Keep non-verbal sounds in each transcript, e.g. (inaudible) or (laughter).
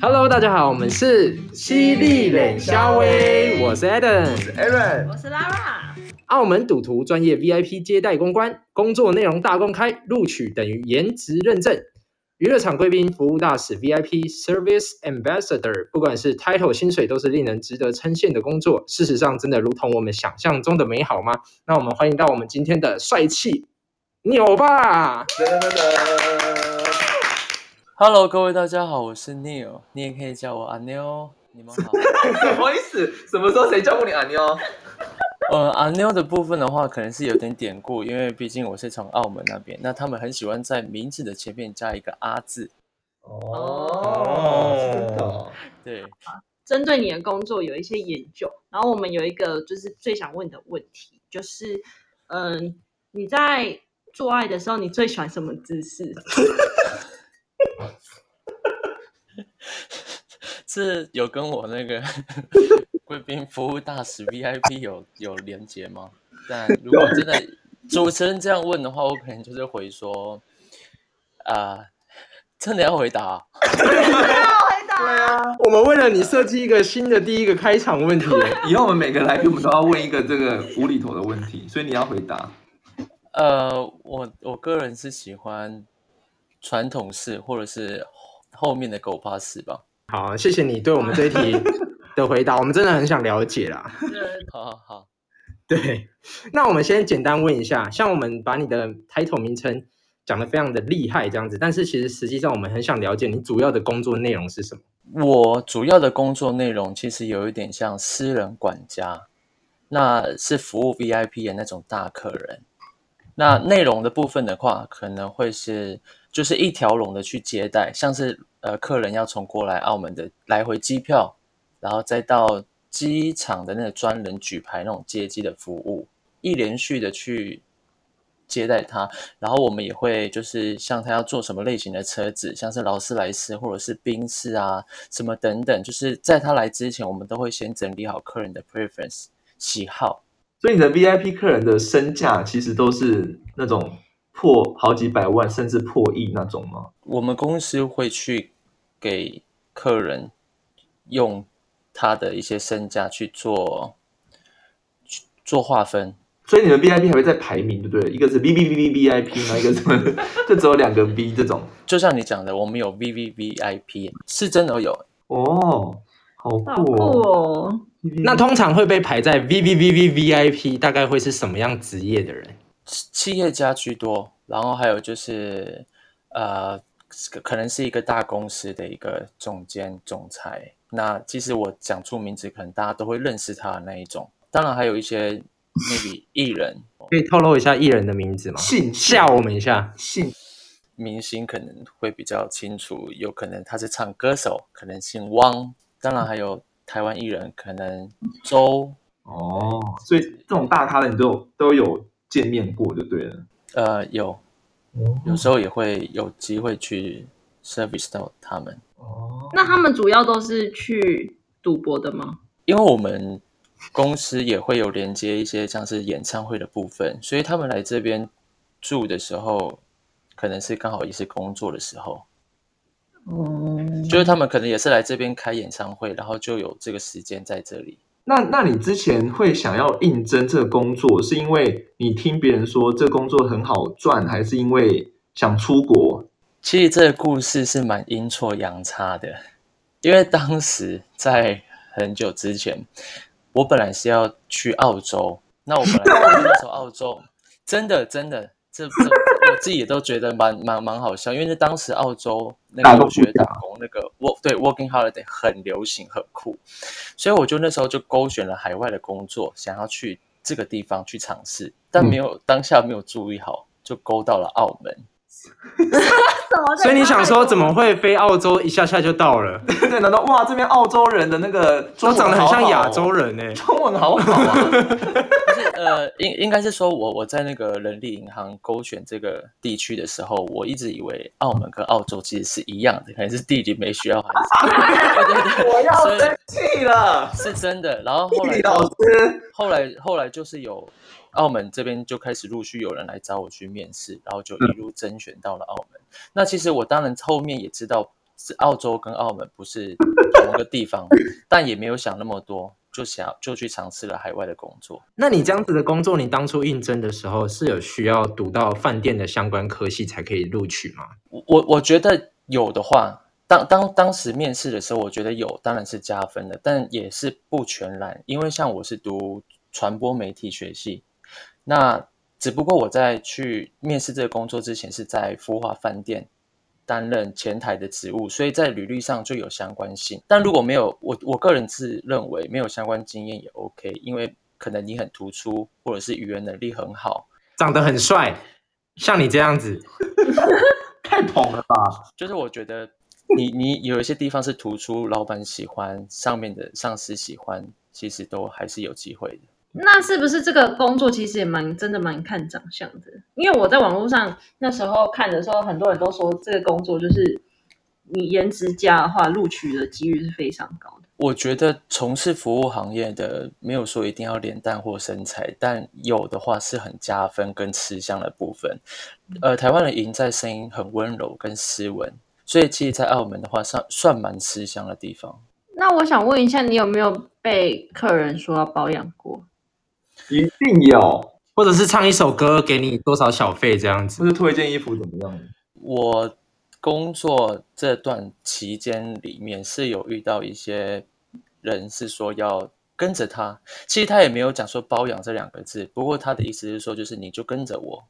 Hello，大家好，我们是犀利冷肖威，我是 Adam， Aaron，我是 Lara，澳门赌徒专业 VIP 接待公关，工作内容大公开，录取等于颜值认证。娱乐场贵宾服务大使 VIP Service Ambassador，不管是 title 薪水都是令人值得称羡的工作。事实上，真的如同我们想象中的美好吗？那我们欢迎到我们今天的帅气牛爸。噔噔噔噔， Hello，各位大家好，我是 Neil，你也可以叫我阿妞。你们好。 (laughs) 什么意思？什么时候谁叫过你哦阿妞？呃，阿妞的部分的话，可能是有点典故，因为毕竟我是从澳门那边，那他们很喜欢在名字的前面加一个阿字。哦真的哦对，针对你的工作有一些研究，然后我们有一个就是最想问的问题，就是嗯，你在做爱的时候，你最喜欢什么姿势？是有跟我那个贵宾服务大使 VIP 有有连接吗？但如果真的主持人这样问的话，我可能就是回说，啊、真的要回答啊、对啊，我们为了你设计一个新的第一个开场问题，以后我们每个来宾我们都要问一个这个无厘头的问题，所以你要回答。呃，我我个人是喜欢传统式或者是后面的狗巴式吧。好，谢谢你对我们这一 (laughs) 题的回答，我们真的很想了解啦。好好好，对，那我们先简单问一下，像我们把你的 title 名称讲得非常的厉害这样子，但是其实实际上我们很想了解你主要的工作内容是什么。我主要的工作内容其实有一点像私人管家，那是服务 VIP 的那种大客人。那内容的部分的话，可能会是就是一条龙的去接待，像是呃客人要从过来澳门的来回机票，然后再到机场的那个专人举牌那种接机的服务，一连续的去接待他。然后我们也会就是像他要坐什么类型的车子，像是劳斯莱斯或者是宾士啊什么等等，就是在他来之前，我们都会先整理好客人的 preference 喜好。所以你的 VIP 客人的身价其实都是那种破好几百万甚至破亿那种吗？我们公司会去给客人用他的一些身价去做去做划分。所以你们 VIP 还会再排名，对不对？一个是 V V V V V I P，然后一个是 (laughs) 就只有两个 V 这种。就像你讲的，我们有 V V V I P，是真的有。哦，好好酷酷哦！哦！那通常会被排在 V V V V V I P，大概会是什么样职业的人？企业家居多，然后还有就是呃，可可能是一个大公司的一个总监、总裁。那其实我讲出名字，可能大家都会认识他的那一种。当然还有一些 maybe (coughs) 艺人、可以透露一下艺人的名字吗？信吓我们一下。信明星可能会比较清楚，有可能他是唱歌手，可能姓汪。当然还有台湾艺人，可能周哦，所以这种大咖的你都有都有见面过就对了。呃有，哦有时候也会有机会去 service 到他们。哦，那他们主要都是去赌博的吗？因为我们公司也会有连接一些像是演唱会的部分，所以他们来这边住的时候，可能是刚好也是工作的时候，哦，就是他们可能也是来这边开演唱会，然后就有这个时间在这里。那那你之前会想要应征这个工作，是因为你听别人说这工作很好赚，还是因为想出国？其实这个故事是蛮阴错阳差的，因为当时在很久之前，我本来是要去澳洲，那我本来那时候澳洲真的真的，这这我自己也都觉得蛮蛮蛮好笑，因为那当时澳洲大那陆不个留学一样打工那个 work 对 working holiday 很流行很酷，所以我就那时候就勾选了海外的工作，想要去这个地方去尝试，但嗯没有当下没有注意好，就勾到了澳门。所以你想说，怎么会飞澳洲一下下就到了？ (laughs) 对，难道哇，这边澳洲人的那个中都文长得很像好好哦亚洲，人欸呢、中文好好啊。是呃，应应该是说我我在那个人力银行勾选这个地区的时候，我一直以为澳门跟澳洲其实是一样的，可能是地理没学好还是 (laughs) 什么对对对，我要所以生气了，是真的。然后后地来理老就师。后来后来就是有澳门这边就开始陆续有人来找我去面试，然后就一路甄选到了澳门。那其实我当然后面也知道是澳洲跟澳门不是同一个地方，但也没有想那么多，就想就去尝试了海外的工作。那你这样子的工作，你当初应征的时候是有需要读到饭店的相关科系才可以录取吗？我我我觉得有的话，当当当时面试的时候，我觉得有当然是加分的，但也是不全然，因为像我是读传播媒体学系，那只不过我在去面试这个工作之前是在福华饭店担任前台的职务，所以在履历上就有相关性。但如果没有，我我个人是认为没有相关经验也 OK，因为可能你很突出，或者是语言能力很好，长得很帅，像你这样子，太捧了吧？就是我觉得你你有一些地方是突出老板喜欢，上面的上司喜欢，其实都还是有机会的。那是不是这个工作其实也蛮真的蛮看长相的？因为我在网络上那时候看的时候，很多人都说这个工作就是你颜值佳的话，录取的几率是非常高的。我觉得从事服务行业的，没有说一定要脸蛋或身材，但有的话是很加分跟吃香的部分。呃，台湾的赢在声音很温柔跟斯文，所以其实，在澳门的话，算算蛮吃香的地方。那我想问一下，你有没有被客人说要包养过？一定有，或者是唱一首歌给你多少小费这样子？或是推荐衣服怎么样？我工作这段期间里面是有遇到一些人是说要跟着他，其实他也没有讲说包养这两个字，不过他的意思是说，就是你就跟着我，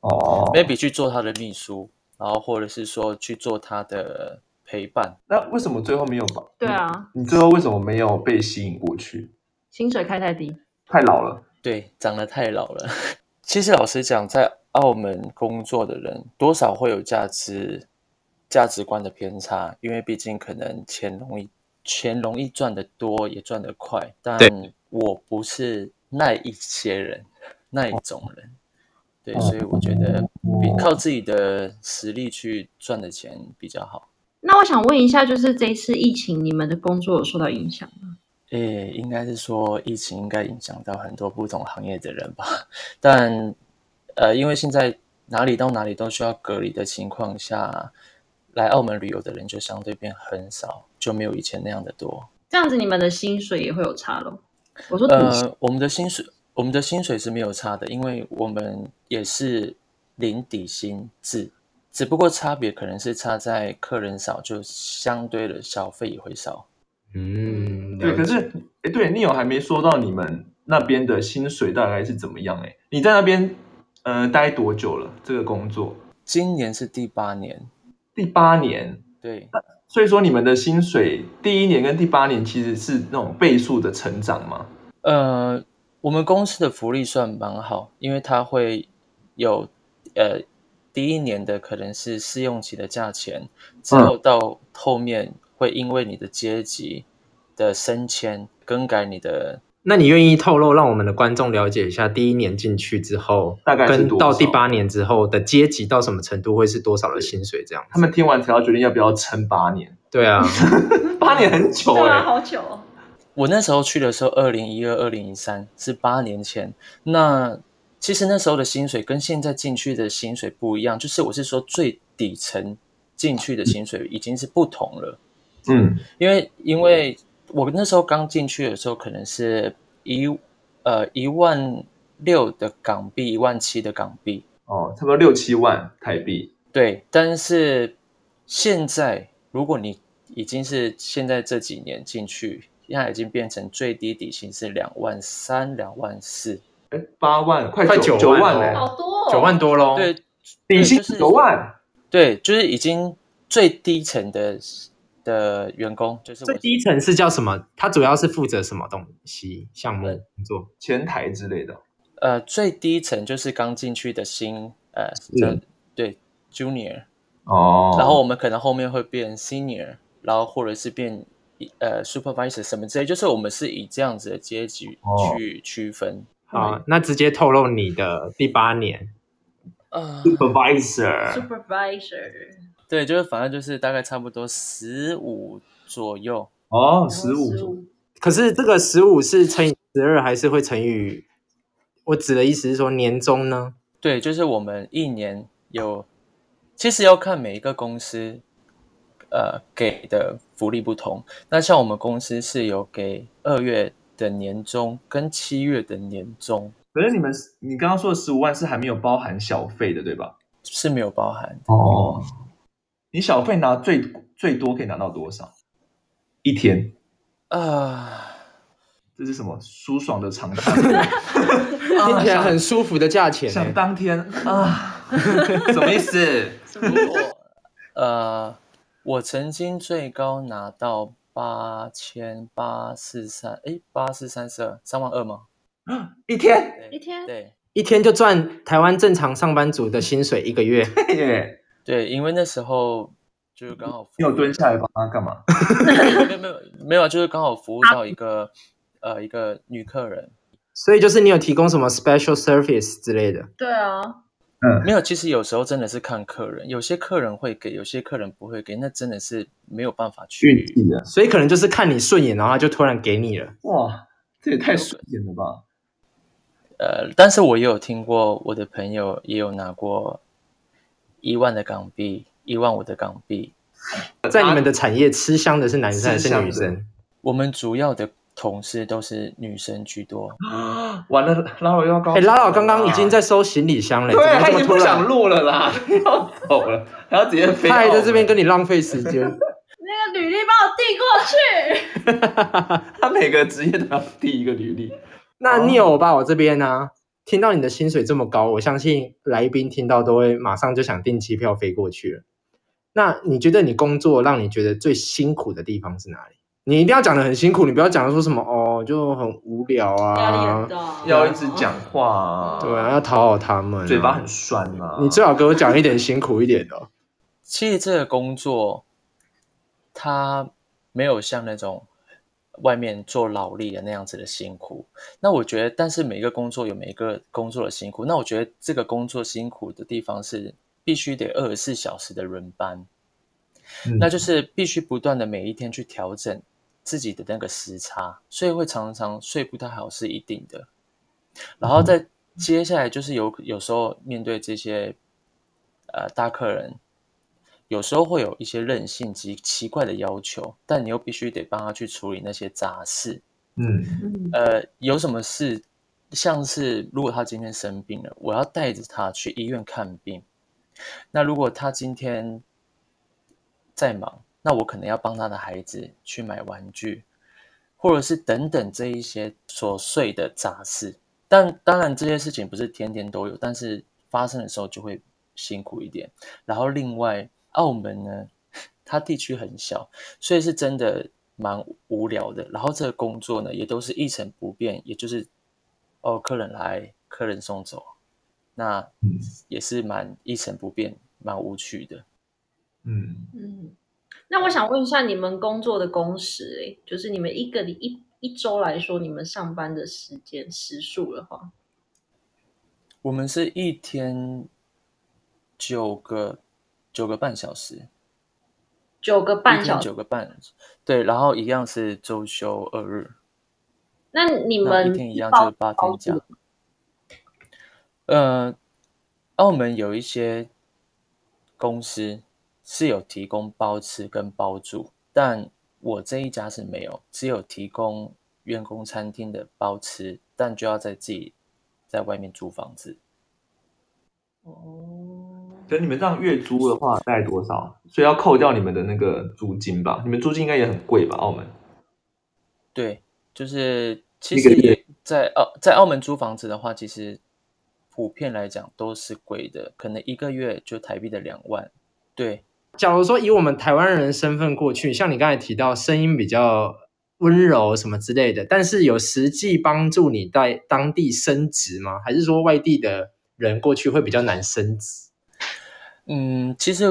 哦 maybe 去做他的秘书，然后或者是说去做他的陪伴。那为什么最后没有吧？对啊，你最后为什么没有被吸引过去？薪水开太低，太老了，对，长得太老了。 (laughs) 其实老实讲，在澳门工作的人多少会有价值价值观的偏差，因为毕竟可能钱容易钱容易赚得多，也赚得快。但我不是那一些人，那一种人。对，所以我觉得比靠自己的实力去赚的钱比较好。那我想问一下，就是这一次疫情，你们的工作有受到影响吗？诶，应该是说疫情应该影响到很多不同行业的人吧，但呃，因为现在哪里到哪里都需要隔离的情况下，来澳门旅游的人就相对变很少，就没有以前那样的多。这样子，你们的薪水也会有差咯。我说底薪，呃，我们的薪水，我们的薪水是没有差的，因为我们也是零底薪制，只不过差别可能是差在客人少，就相对的小费也会少。嗯，对。了可解是，哎，对，你有还没说到你们那边的薪水大概是怎么样？哎，你在那边呃待多久了？这个工作今年是第八年，第八年，对。所以说你们的薪水第一年跟第八年其实是那种倍数的成长吗？呃，我们公司的福利算蛮好，因为它会有呃第一年的可能是试用期的价钱，之后到后面会因为你的阶级的升迁更改你的。那你愿意透露，让我们的观众了解一下，第一年进去之后，大概是跟多到少第八年之后的阶级到什么程度，会是多少的薪水？这样子，他们听完才要决定要不要撑八年，对啊，八年很久对哎、啊，好久、哦。我那时候去的时候，二零一二、二零一三是八年前。那其实那时候的薪水跟现在进去的薪水不一样，就是我是说最底层进去的薪水已经是不同了。嗯，因为因为我那时候刚进去的时候，可能是一呃一万六的港币，一万七的港币，哦，差不多六七万台币，对。但是现在，如果你已经是现在这几年进去，现在已经变成最低底薪是两万三、两万四，哎，八万快快九九万万了嘞、好多、哦，九万多喽。对，底薪对就是九万，对，就是已经最低层的的员工，就是最我低层是叫什么？它主要是负责什么东西项目工作？前台之类的，呃，最低层就是刚进去的新呃，这对 junior，哦然后我们可能后面会变 senior，然后或者是变呃 supervisor 什么之类，就是我们是以这样子的阶级哦去区分。好，那直接透露你的第八年，啊，嗯 supervisor， supervisor，对，就是反正就是大概差不多十五左右，哦，十五， 15可是这个十五是乘以十二，还是会乘以？我指的意思是说年终呢？对，就是我们一年有，其实要看每一个公司，呃给的福利不同。那像我们公司是有给二月的年终跟七月的年终可是你们你刚刚说的十五万是还没有包含小费的，对吧？是没有包含的。哦，你小费拿最最多可以拿到多少？一天？啊、这是什么舒爽的长假？听起来很舒服的价钱欸、想当天 (laughs) 啊？什么意思？如果呃，我曾经最高拿到八千八四三，哎，八四三十二，三万二吗？一天？一对天对一天就赚台湾正常上班族的薪水一个月。嘿耶！对，因为那时候就是刚好你有蹲下来帮他干嘛？没有没有没有，就是刚好服务到一个呃一个女客人，所以就是你有提供什么 special service 之类的，对啊，嗯没有。其实有时候真的是看客人，有些客人会给，有些客人不会给，那真的是没有办法运去。气的，所以可能就是看你顺眼，然后他就突然给你了。哇，这也太顺眼了吧！呃，但是我也有听过，我的朋友也有拿过一万的港币，一万五的港币。在你们的产业吃香的是男生还吃是香女的生？我们主要的同事都是女生居多， (gasps) 完了，拉老又要高潮哎，了啦。拉老刚刚已经在收行李箱了，怎哦对，么他这已么经突不想然？录了啦， (laughs) 要走了，还要直接飞。他还在这边，跟你浪费时间。那个履历帮我递过去。 (laughs) 他每个职业都要递一个履历。那哦 Neil 吧，我这边呢、听到你的薪水这么高，我相信来宾听到都会马上就想订机票飞过去了。那你觉得你工作让你觉得最辛苦的地方是哪里？你一定要讲的很辛苦，你不要讲的说什么哦，就很无聊啊，大要一直讲话、对啊，要讨好他们啊、嘴巴很酸啊。你最好给我讲一点辛苦一点的哦。其实这个工作，它没有像那种外面做劳力的那样子的辛苦。那我觉得，但是每一个工作有每一个工作的辛苦。那我觉得这个工作辛苦的地方是必须得二十四小时的轮班，嗯那就是必须不断的每一天去调整自己的那个时差，所以会常常睡不太好是一定的。然后再接下来就是有有时候面对这些呃大客人，有时候会有一些任性及奇怪的要求，但你又必须得帮他去处理那些杂事。嗯，嗯呃，有什么事，像是如果他今天生病了，我要带着他去医院看病。那如果他今天在忙，那我可能要帮他的孩子去买玩具，或者是等等这一些琐碎的杂事。但当然这些事情不是天天都有，但是发生的时候就会辛苦一点。然后另外澳门呢，它地区很小，所以是真的蛮无聊的。然后这个工作呢，也都是一成不变，也就是哦，客人来，客人送走，那嗯也是蛮一成不变，蛮无趣的。嗯，嗯，那我想问一下，你们工作的工时、欸，就是你们一个礼一一周来说，你们上班的时间时数的话，我们是一天九个九个半小时，九个一半天小时九，个半，对，然后一样是周休二日，那你那们一天一样包就是八天假。呃，澳门有一些公司是有提供包吃跟包住，但我这一家是没有，只有提供员工餐厅的包吃，但就要在自己在外面租房子。哦，所以你们这样月租的话大概多少？所以要扣掉你们的那个租金吧？你们租金应该也很贵吧？澳门？对，就是其一实个月也在澳在澳门租房子的话，其实普遍来讲都是贵的，可能一个月就台币的两万。对，假如说以我们台湾人的身份过去，像你刚才提到声音比较温柔什么之类的，但是有实际帮助你在当地升职吗？还是说外地的人过去会比较难升职？嗯，其实，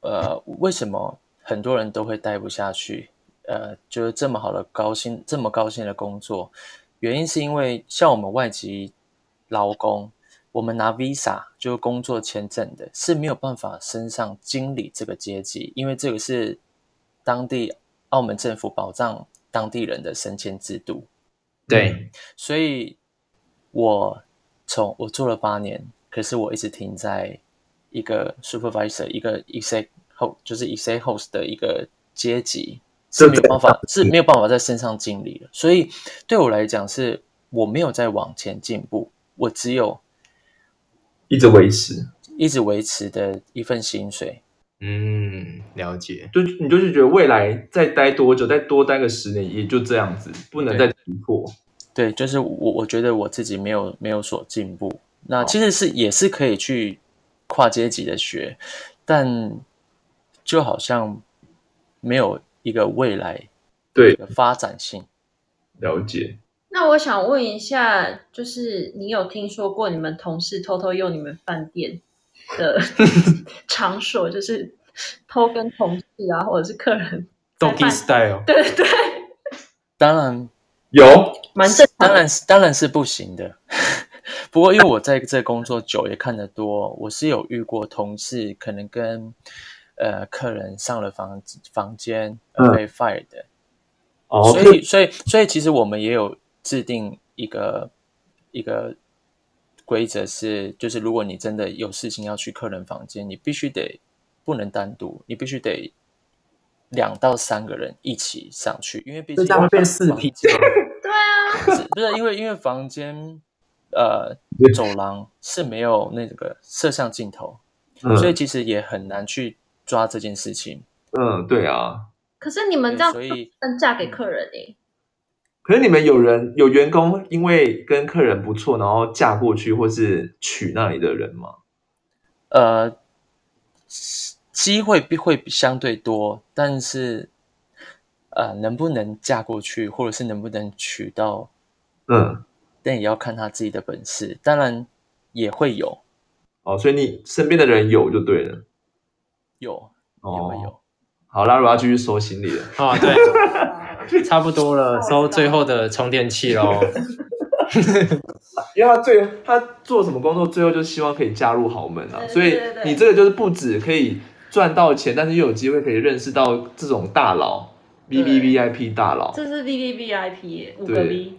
呃，为什么很多人都会待不下去？呃，就是这么好的高薪，这么高薪的工作，原因是因为像我们外籍劳工，我们拿 Visa 就是工作签证的，是没有办法升上经理这个阶级，因为这个是当地澳门政府保障当地人的升迁制度。对，所以我从我做了八年，可是我一直停在一个 supervisor 一个 exec host 就是 exec host 的一个阶级是没有办法是没有办法在线上经历的，所以对我来讲是我没有在往前进步，我只有一直维持，一直维持的一份薪水。嗯，了解。就你就是觉得未来再待多久，再多待个十年，也就这样子，不能再突破。对，就是我我觉得我自己没有没有所进步。那其实是也是可以去跨阶级的学，但就好像没有一个未来对，的发展性。了解。那我想问一下，就是你有听说过你们同事偷偷用你们饭店 (laughs) 的场所，就是偷跟同事啊，或者是客人在饭 Donkey Style，对对对，当然，有蛮正常当的。然是当然是不行的。 (laughs) 不过因为我在这工作久，也看得多，我是有遇过同事可能跟呃客人上了房房间而嗯被 fire 的，哦，所以，所以，所以，其实我们也有制定一个一个规则是，就是如果你真的有事情要去客人房间，你必须得不能单独，你必须得两到三个人一起上去，因为毕这竟大概变四批批， (laughs) 啊是不是因为因为房间呃走廊是没有那个摄像镜头，嗯所以其实也很难去抓这件事情。嗯，对啊。可是你们这样对所以不能嫁给客人诶、可是你们有人有员工因为跟客人不错，然后嫁过去或是娶那里的人吗？呃，机会比会比相对多，但是呃，能不能嫁过去，或者是能不能娶到，嗯，但也要看他自己的本事。当然也会有，哦，所以你身边的人有就对了。有也会有。哦，好啦，我要继续收行李了。啊，对，差不多 (laughs) 了，收最后的充电器喽。 (laughs) 因为他最他做什么工作，最后就希望可以嫁入豪门啊。对所以对对你这个就是不止可以赚到钱，但是又有机会可以认识到这种大佬，V 对 V V I P 大佬，这是 V V V I P 耶五个对 V，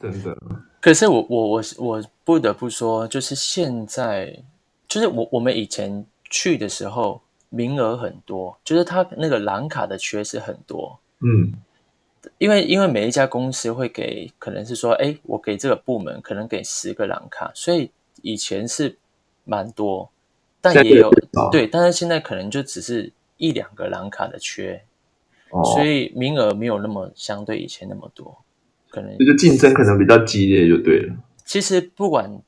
真的。可是我我我我不得不说，就是现在，就是我我们以前去的时候，名额很多，就是他那个蓝卡的缺是很多，嗯，因为因为每一家公司会给，可能是说，哎，我给这个部门可能给十个蓝卡，所以以前是蛮多，但现在也有变少对，但是现在可能就只是一两个蓝卡的缺，哦，所以名额没有那么相对以前那么多，可能就是竞争可能比较激烈，就对了。其实不管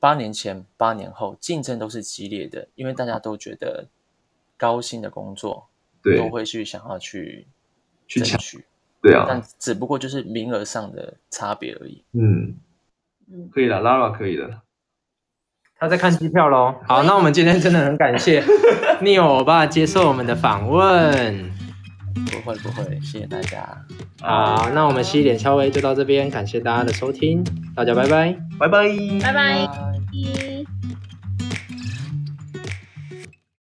八年前、八年后，竞争都是激烈的，因为大家都觉得高薪的工作对哦都会去想要去去争抢取，对啊，但只不过就是名额上的差别而已。嗯，嗯，可以了，Lara 可以了。他在看机票喽。好，那我们今天真的很感 (laughs) 谢 Neo 欧巴接受我们的访问。不会不会，谢谢大家，好，那我们西点敲微就到这边，感谢大家的收听，大家拜拜。拜拜。拜拜。拜。一